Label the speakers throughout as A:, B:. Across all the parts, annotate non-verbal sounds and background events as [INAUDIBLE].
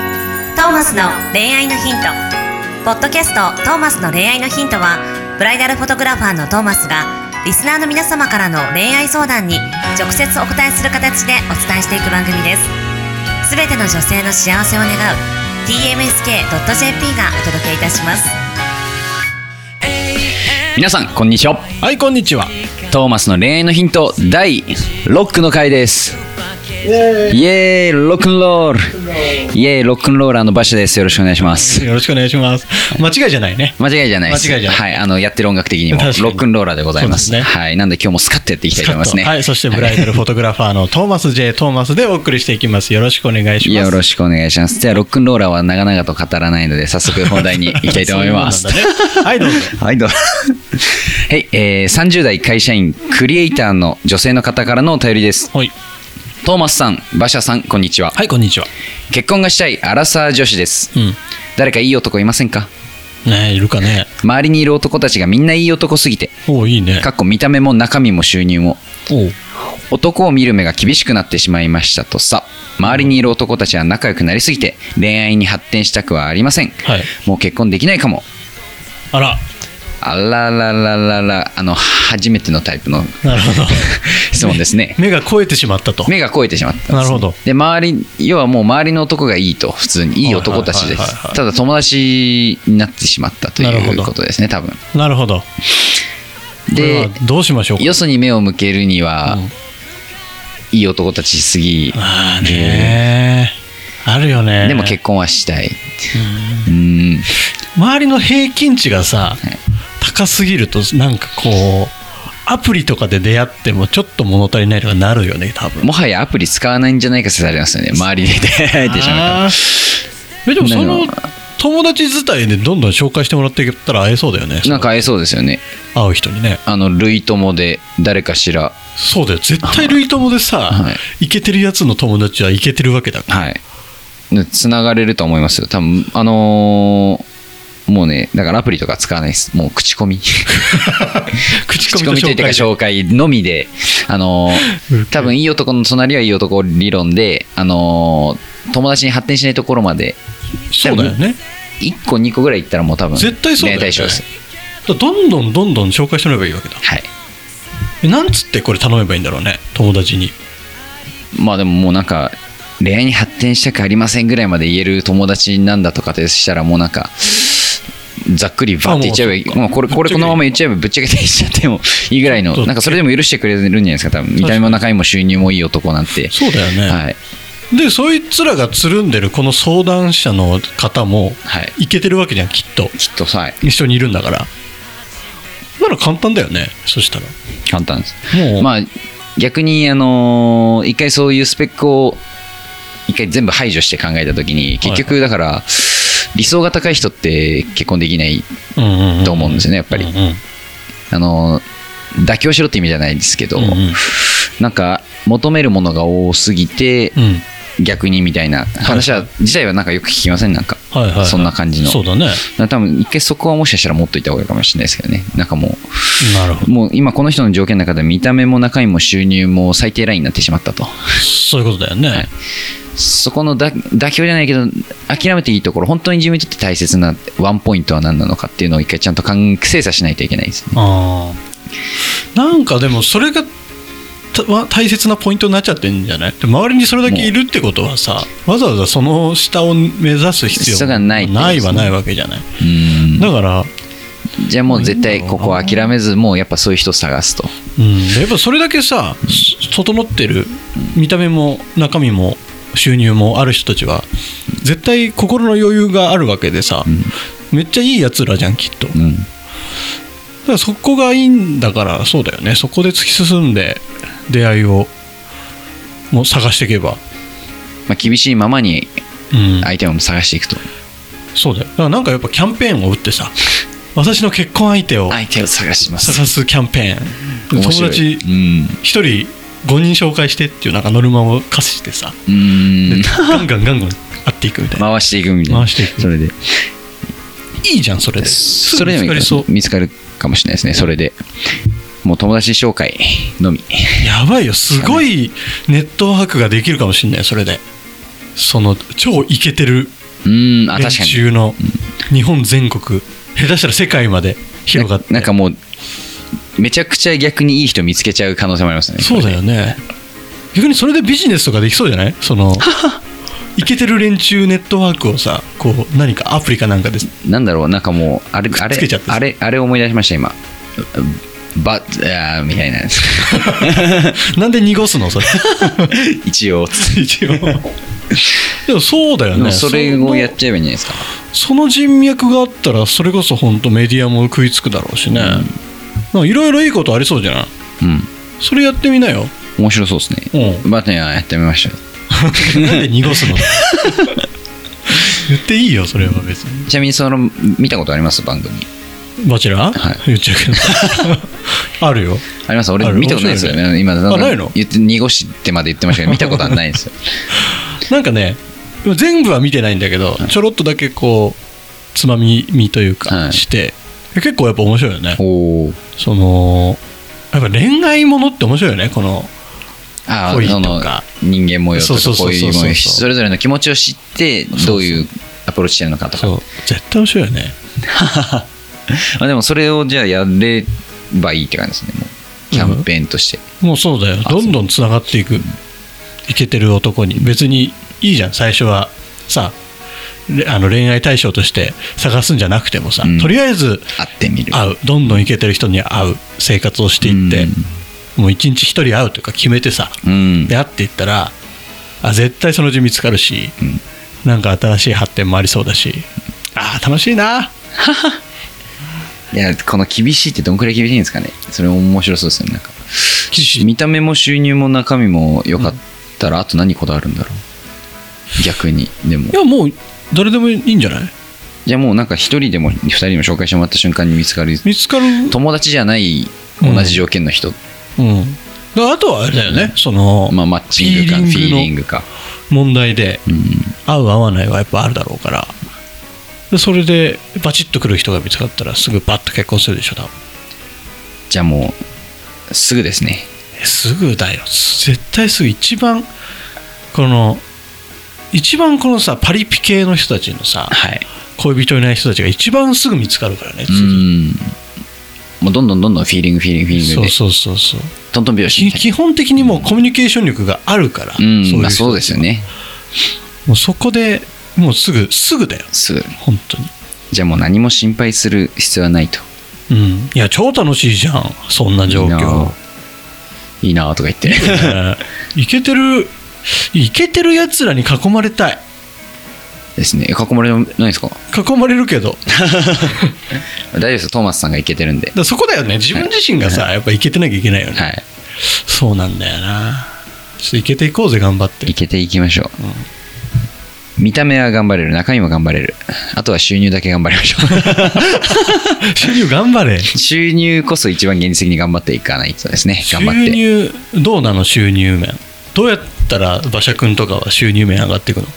A: ーマスの恋愛のヒント」ポッドキャスト「トーマスの恋愛のヒントは」ブライダルフォトグラファーのトーマスがリスナーの皆様からの恋愛相談に直接お答えする形でお伝えしていく番組ですすべての女性の幸せを願う tmsk.jp がお届けいたします
B: 皆さんこんにちは
C: はい、こんにちは。
B: トーマスの恋愛のヒント第6の回ですイエーイロックンロールイエーイロックンローラーの馬車ですよろしくお願いします
C: よろしくお願いします。間違いじゃないね。
B: 間違いじゃないです
C: 間違いじゃない
B: はいあのやってる音楽的にも
C: 確かに
B: ロックンローラーでございます
C: そうですね
B: はいなんで今日もスカッとやっていきたいと思いますね
C: はい、そしてブライダルフォトグラファーのトーマス J. トーマスでお送りしていきます。よろしくお願いします。
B: よろしくお願いしますじゃあロックンローラーは長々と語らないので早速本題にいきたいと思います
C: そういうもんなんだねはい、どうぞ。
B: はい、どうぞ。 [LAUGHS] はい、えー、30代会社員、クリエイターの女性の方からのお便りです。
C: はい、
B: トーマスさん、馬車さん、こんにちは。
C: はい、こんにちは。
B: 結婚がしたいアラサー女子です。
C: うん。
B: 誰かいい男いませんか
C: ねえ、いるかね。
B: 周りにいる男たちがみんないい男すぎて、
C: おういいね
B: か。っこ見た目も中身も収入も、
C: おう
B: 男を見る目が厳しくなってしまいましたとさ周りにいる男たちは仲良くなりすぎて恋愛に発展したくはありません、
C: はい
B: もう結婚できないかも
C: あら、
B: あらららららあの初めてのタイプの
C: なるほど。
B: [LAUGHS] 質問ですね
C: 目が超えてしまったと。
B: 目が肥えてしまったんですね
C: なるほど
B: で周り要はもう周りの男がいいと普通にいい男たちで
C: はいはいはいは
B: す
C: い
B: ただ友達になってしまったと
C: なる
B: い
C: ほ
B: う
C: ど
B: ことですね多分
C: なるほど。
B: で
C: これはどうしましょうか。
B: よそに目を向けるには、
C: うん
B: いい男たちすぎ
C: ああねえ。あるよね。
B: でも結婚はしたいうん
C: 周りの平均値がさ、高すぎるとなんかこうアプリとかで出会ってもちょっと物足りないとかなるよね多分
B: もはやアプリ使わないんじゃないか説ありますよね周りで [LAUGHS] 出会えてしまう
C: あーえでもその
B: なんか
C: 友達自体でどんどん紹介してもらっていけたら会えそうだよね
B: となんか会えそうですよね
C: 会う人にね
B: あの類友で誰かしら
C: そうだよ絶対類友でさ、、
B: [LAUGHS] はい
C: イケてるやつの友達はイケてるわけだから、
B: はい。つながれると思いますよ。多分あのーもうね、だからアプリとか使わないです。もう口
C: [LAUGHS]
B: コミ。
C: 口コ
B: 口
C: ミ
B: コ
C: と
B: ミとい
C: 紹
B: うか
C: 介で
B: 紹介のみで、あのー多分いい男の隣はいい男理論で、あのー友達に発展しないところまで、
C: そうだよね
B: 1個2個ぐらい行ったらもう多分、
C: 絶対そうだよね
B: 恋愛対象です。
C: だからどんどんどんどん紹介してもらえばいいわけだ
B: はい。
C: えなんつってこれ頼めばいいんだろうね友達に
B: まあでももうなんか、恋愛に発展したくありませんぐらいまで言える友達なんだとかでしたらもうなんか、ざっくりバって言っちゃえばいい
C: あもうそっか
B: まあこれこれこのまま言っちゃえばぶっちゃけて言っちゃってもいいぐらいの
C: ちょっと
B: なんかそれでも許してくれるんじゃないですか多分見た目も中身も収入もいい男なんて
C: そうだよね、
B: はい
C: でそいつらがつるんでるこの相談者の方も
B: はい
C: いけてるわけじゃんきっと
B: きっとさ
C: 一緒にいるんだからなら簡単だよねそしたら
B: 簡単です
C: もう、
B: まあ逆にあのー一回そういうスペックを一回全部排除して考えた時に結局だから理想が高い人って結婚できない
C: うんうんうん、
B: と思うんですよねやっぱり
C: うんうん
B: あの妥協しろって意味じゃないんですけど、
C: うんうん
B: なんか求めるものが多すぎて、
C: うん
B: 逆にみたいな話は、自体はなんかよく聞きませんなんか、
C: はいはいはい
B: そんな感じの
C: そうだね
B: なんか多分一回そこはもしかしたら持っといた方がいいかもしれないですけどねなんかも
C: なるほ
B: う [LAUGHS]
C: ど
B: もう今この人の条件の中で見た目も中身も収入も最低ラインになってしまったと
C: そういうことだよね、
B: いそこのだ妥協じゃないけど諦めていいところ本当に自分にとって大切なワンポイントは何なのかっていうのを一回ちゃんと考え精査しないといけないですね
C: あーなんかでもそれがたわ大切なポイントになっちゃってんじゃないで周りにそれだけいるってことはさわざわざその下を目指す必要
B: 必要がないってこと
C: な
B: で
C: い
B: すね
C: はないわけじゃない、
B: うん
C: だから
B: じゃあもう絶対ここは諦めずもうやっぱそういう人を探すと
C: うん、やっぱそれだけさ、そ整ってる見た目も中身も収入もある人たちは絶対心の余裕があるわけでさ、めっちゃいいやつらじゃんきっとだか
B: うん
C: らそこがいいんだからそうだよねそこで突き進んで出会いをもう探していけば、
B: まあ、厳しいままに
C: うん
B: 相手を探していくと、
C: そうだよだからなんかやっぱキャンペーンを打ってさ私の結婚相手を
B: 相手を探します [LAUGHS]
C: 探すキャンペーン、
B: 面
C: 友
B: 白い
C: 達一人5人紹介してっていうなんかノルマを課してさ
B: うんうん
C: でガンガンガンガン会っていくみたいな。
B: 回していくみたいな
C: 回していく
B: それで
C: いいじゃん、それで。
B: それでもいい
C: 見
B: か
C: つかりそう。
B: 見つかるかもしれないですねそれでもう友達紹介のみ
C: やばいよ、すごいネットワークができるかもしれない、それで。その、超イケてる
B: うんあ
C: 連
B: 確かに
C: 中の日本全国下手したら世界まで広がって
B: ななんかもうめちゃくちゃ逆にいい人見つけちゃう可能性もありますね
C: そうだよね逆にそれでビジネスとかできそうじゃないそ
B: [LAUGHS]
C: のイケてる連中ネットワークをさこう何かアプリかなんかで
B: [LAUGHS] なんだろうなんかもうあれあ
C: くっつけ
B: れ
C: ちゃって
B: あれあれ思い出しました今バッあーみた
C: [LAUGHS]
B: いな
C: なんで濁す
B: [LAUGHS]
C: のそれ
B: 一応
C: 一応でもそうだよ
B: でも
C: ね
B: それ
C: の
B: をやっちゃえばいいんじゃないですか
C: その人脈があったらそれこそ本当メディアも食いつくだろうしねいろいろいいことありそうじゃない
B: うん
C: それやってみなよ
B: 面白そうですね
C: [LAUGHS] う
B: バッテンはやってみましたよ
C: なんで濁すの言っていいよそれは別に
B: ちなみにその見たことあります番組
C: バチェラー、
B: はい
C: 言っちゃうけど [LAUGHS] あるよ
B: あります俺
C: ある
B: 見たことないですよ
C: 面白い
B: ね今だんだん
C: ないの
B: 言って濁してまで言ってましたけど見たことはない
C: [LAUGHS]
B: ですよ
C: なんかね全部は見てないんだけど、ちょろっとだけこうつまみ見というか、
B: はい
C: して結構やっぱ面白いよね
B: おお
C: そのやっぱ恋愛ものって面白いよねこの
B: ああ
C: 恋
B: そ
C: と
B: の
C: か
B: 人間模様と
C: そうそう
B: かこ
C: そうう
B: い
C: そううそう
B: 模様それぞれの気持ちを知ってどういうアプローチしてるのかとか
C: そう絶対面白いよね
B: あでもそれをじゃあやればいいって感じですねもうキャンペーンとして、
C: もうそうだよ
B: あ
C: どんどんつながっていくいけてる男に別にいいじゃん最初はされあの恋愛対象として探すんじゃなくてもさ、
B: うん
C: とりあえず
B: 会ってみる
C: 会うどんどんいけてる人に会う生活をしていって、もう一日一人会うというか決めてさ、
B: うん、うん
C: で会っていったらあ絶対そのうち見つかるし、
B: ん
C: なんか新しい発展もありそうだしあー楽しいない
B: やこの厳しいってどんくらい厳しいんですかねそれも面白そうですよねなんか
C: 厳しい
B: 見た目も収入も中身も良かったら、あと何こだわるんだろう逆にでも
C: いやもう誰でもいいんじゃない
B: じゃあもうなんか一人でも二人でも紹介してもらった瞬間に見つかる
C: 見つかる
B: 友達じゃない同じ条件の人、
C: うん、だからあとはあれだよね、その、
B: まあ、マッチングかフ
C: フ
B: ィ
C: ィ
B: ーリ
C: ーリ
B: ン
C: ン
B: グか、
C: 問題で
B: うん、
C: 合う合わないはやっぱあるだろうからでそれでバチッと来る人が見つかったらすぐバッと結婚するでしょ多分
B: じゃあもうすぐですね
C: えすぐだよ絶対すぐ一番この一番このさパリピ系の人たちのさ
B: はい
C: 恋人いない人たちが一番すぐ見つかるからね
B: う
C: 次
B: んもうどんどんどんどんフィーリングフィーリングフィーリング
C: そう
B: で
C: そうそうそう
B: トントン拍子
C: き
B: みたい
C: 基本的にもうコミュニケーション力があるから、
B: なうん
C: そうい
B: ま
C: う
B: あ、
C: 人
B: そうですよね
C: もうそこでもうすぐすぐだよ
B: すぐ
C: 本当に
B: じゃあもう何も心配する必要はないと
C: うんいや超楽しいじゃんそんな状
B: いいな
C: 況
B: ぁいいなぁとか言って [LAUGHS]
C: いけてるいけてるやつらに囲まれたい
B: ですねえ囲まれないですか
C: 囲まれるけどだか
B: 大丈夫ですよトーマスさんがいけてるんで
C: らそこだよね自分自身がさ、やっぱいけてなきゃいけないよね、
B: はい
C: そうなんだよなちょっといけていこうぜ頑張って
B: いけていきましょう、見た目は頑張れる中身も頑張れるあとは収入だけ頑張りましょ
C: 収入頑張れ
B: う [LAUGHS] 収入こそ一番現実的に頑張っていかないとですね
C: 収
B: 頑張って
C: 入どうなの収入面どうやったら馬車くんとかは収入面上がっていくの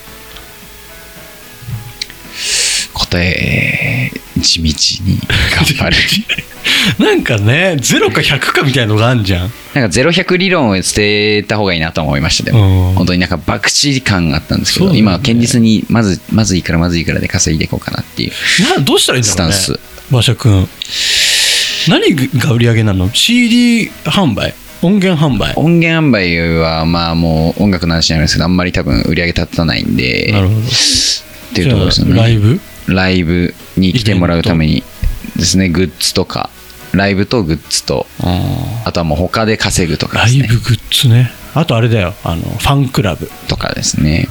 B: 答え地道に頑張る
C: [LAUGHS] なんかね0か100かみたいのがあんじゃん
B: なんか0100理論を捨てた方がいいなと思いましたで
C: う
B: も
C: ん
B: 本当になんか博打感があったんですけ
C: そ
B: ど、
C: うだね
B: 今は堅実にまずまずいくらまずいくらで稼いでいこうかなっていう
C: などうしたらいいんだろうね
B: スタン
C: 馬車くん何が売り上げなの CD 販売音源販売
B: 音源販売はまあもう音楽の話になるんですけどあんまり多分売り上げ立たないんで
C: なるほど
B: っていうところですよね
C: じゃあライブ
B: ライブに来てもらうためにですねグッズとかライブとグッズとあとはもう他で稼ぐとか
C: ラ
B: です
C: イ
B: ね
C: ブグッズねあとあれだよあのファンクラブ
B: とかですね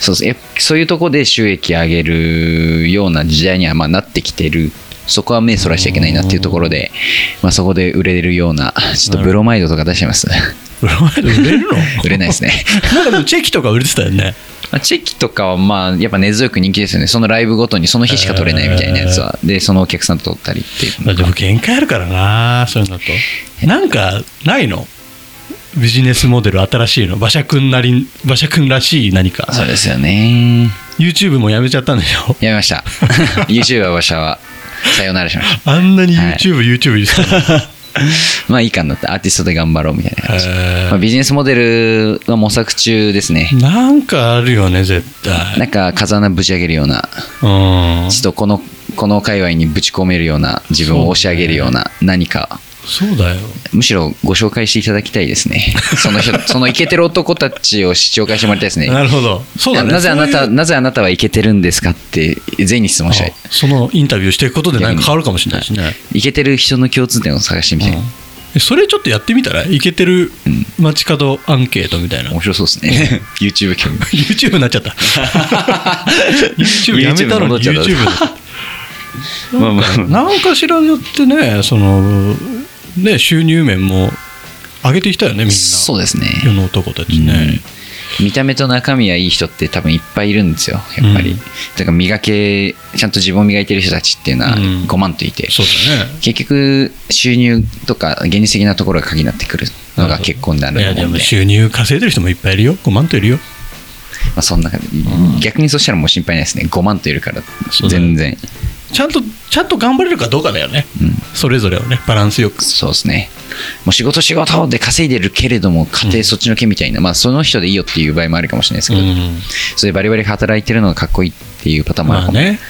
B: そうですやっぱそういうとこで収益上げるような時代にはまあなってきてるそこは目そらしちゃいけないなっていうところで、まあ、そこで売れるようなちょっとブロマイドとか出してます
C: ブロマイド売れるの
B: 売れないですね
C: なんかでもチェキとか売れてたよね
B: まあチェキとかはまあやっぱ根強く人気ですよねそのライブごとにその日しか取れないみたいなやつはでそのお客さんと取ったりっていうの
C: まあでも限界あるからなそういうのとなんかないのビジネスモデル新しいの馬車くんなり馬車くんらしい何か
B: そうですよね
C: YouTube もやめちゃったんでしょ
B: やめました
C: [LAUGHS]
B: YouTuber は社はさようならしまし
C: あんなに YouTubeYouTube、
B: はい [LAUGHS]
C: YouTube 言ってたの
B: まあいいかなってアーティストで頑張ろうみたいな感じ、
C: へー
B: まあ、ビジネスモデルは模索中ですね
C: なんかあるよね絶対
B: なんか風穴ぶち上げるような
C: うん
B: ちょっとこのこの界隈にぶち込めるような自分を押し上げるような何か
C: そうだよ
B: むしろご紹介していただきたいです
C: [LAUGHS]
B: ねその人そのイケてる男たちを紹介してもらいたいですね
C: なるほどそうだね
B: なぜあなた
C: そういう
B: なぜあなたはイケてるんですかって全員に質問したい
C: あそのインタビューしていくことでなんか変わるかもしれないしね、
B: イケてる人の共通点を探してみたい、
C: えそれちょっとやってみたらイケてる街角アンケートみたいな、
B: 面白そうです
C: [LAUGHS]
B: ね YouTube 興味
C: YouTube になっちゃった
B: [LAUGHS]
C: YouTube やめたのに
B: YouTube に戻
C: YouTube
B: っちゃ
C: だ
B: [LAUGHS] まあまあ
C: なんかしらによってねそのね収入面も上げてきたよねみんな
B: そうですね
C: 世の男たちね、
B: 見た目と中身はいい人って多分いっぱいいるんですよやっぱり、
C: うん
B: だから磨けちゃんと自分を磨いてる人たちっていうのは
C: うん
B: 5万といて、
C: そうだね
B: 結局収入とか現実的なところが鍵になってくるのが結婚だ
C: い
B: な
C: や
B: と
C: で
B: 思うん
C: も
B: で
C: 収入稼いでる人もいっぱいいるよ5万といるよ
B: まあ、そんな感じ逆にそしたらもう心配ないですね5万といるから
C: そうだね
B: 全然
C: ちゃんとちゃんと頑張れるかどうかだよね、
B: うん
C: それぞれをねバランスよく
B: そうですねもう仕事仕事で稼いでるけれども家庭そっちのけみたいな、まあその人でいいよっていう場合もあるかもしれないですけど、
C: うん
B: それバリバリ働いてるのがかっこいいっていうパターンもある
C: ま
B: かも
C: あ
B: しれ
C: ね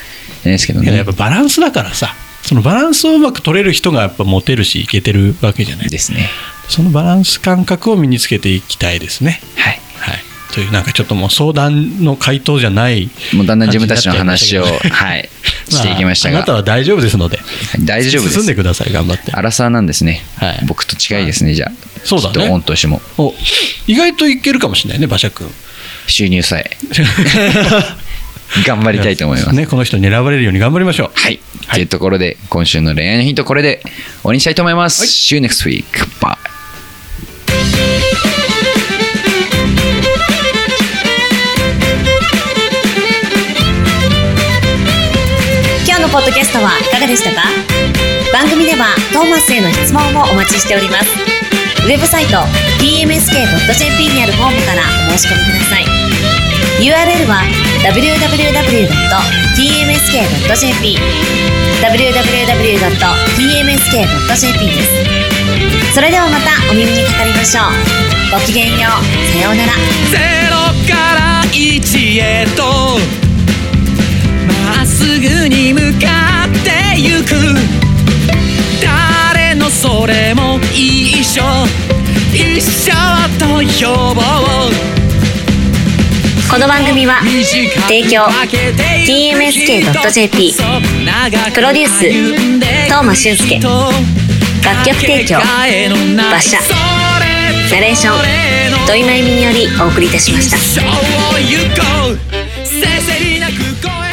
B: ないですけど
C: い
B: ね、
C: ややっぱバランスだからさそのバランスをうまく取れる人がやっぱモテるしいけてるわけじゃない
B: ですね
C: そのバランス感覚を身につけていきたいですね
B: はい
C: はいというなんかちょっともう相談の回答じゃない
B: もうだんだん自分たちの話
C: [LAUGHS]
B: を、はい、していきました
C: あ、
B: が、
C: あなたは大丈夫ですので
B: 大丈夫で。
C: 進んですください頑張って
B: アラサーなんですね、
C: はい
B: 僕と近いですね、じゃあ、
C: そうだね
B: きっと御年も、
C: お意外といけるかもしれないね馬車君
B: 収入
C: [LAUGHS]
B: さえ、頑張りたいと思います。
C: ねこの人に選ばれるように頑張りましょう
B: はい、というところで、今週の恋愛のヒント、これで終わりにしたいと思います。See you next week. Bye.
A: 「今日のポッドキャストはいかがでしたか番組ではトーマスへの質問もお待ちしておりますウェブサイト tmsk.jp にあるフォームからお申し込みください URL は www.tmsk.jp www.tmsk.jp ですそれではまたお耳にかかりましょうごきげんようさようなら
D: ゼロから一へとまっすぐに向かってゆく誰のそれも一緒一緒と呼ぼう
A: この番組は提供 TMSK.jp プロデュース東間俊介楽曲提供馬車ナレーション土井真由美によりお送りいたしました
D: 一生を行こうせせりなく声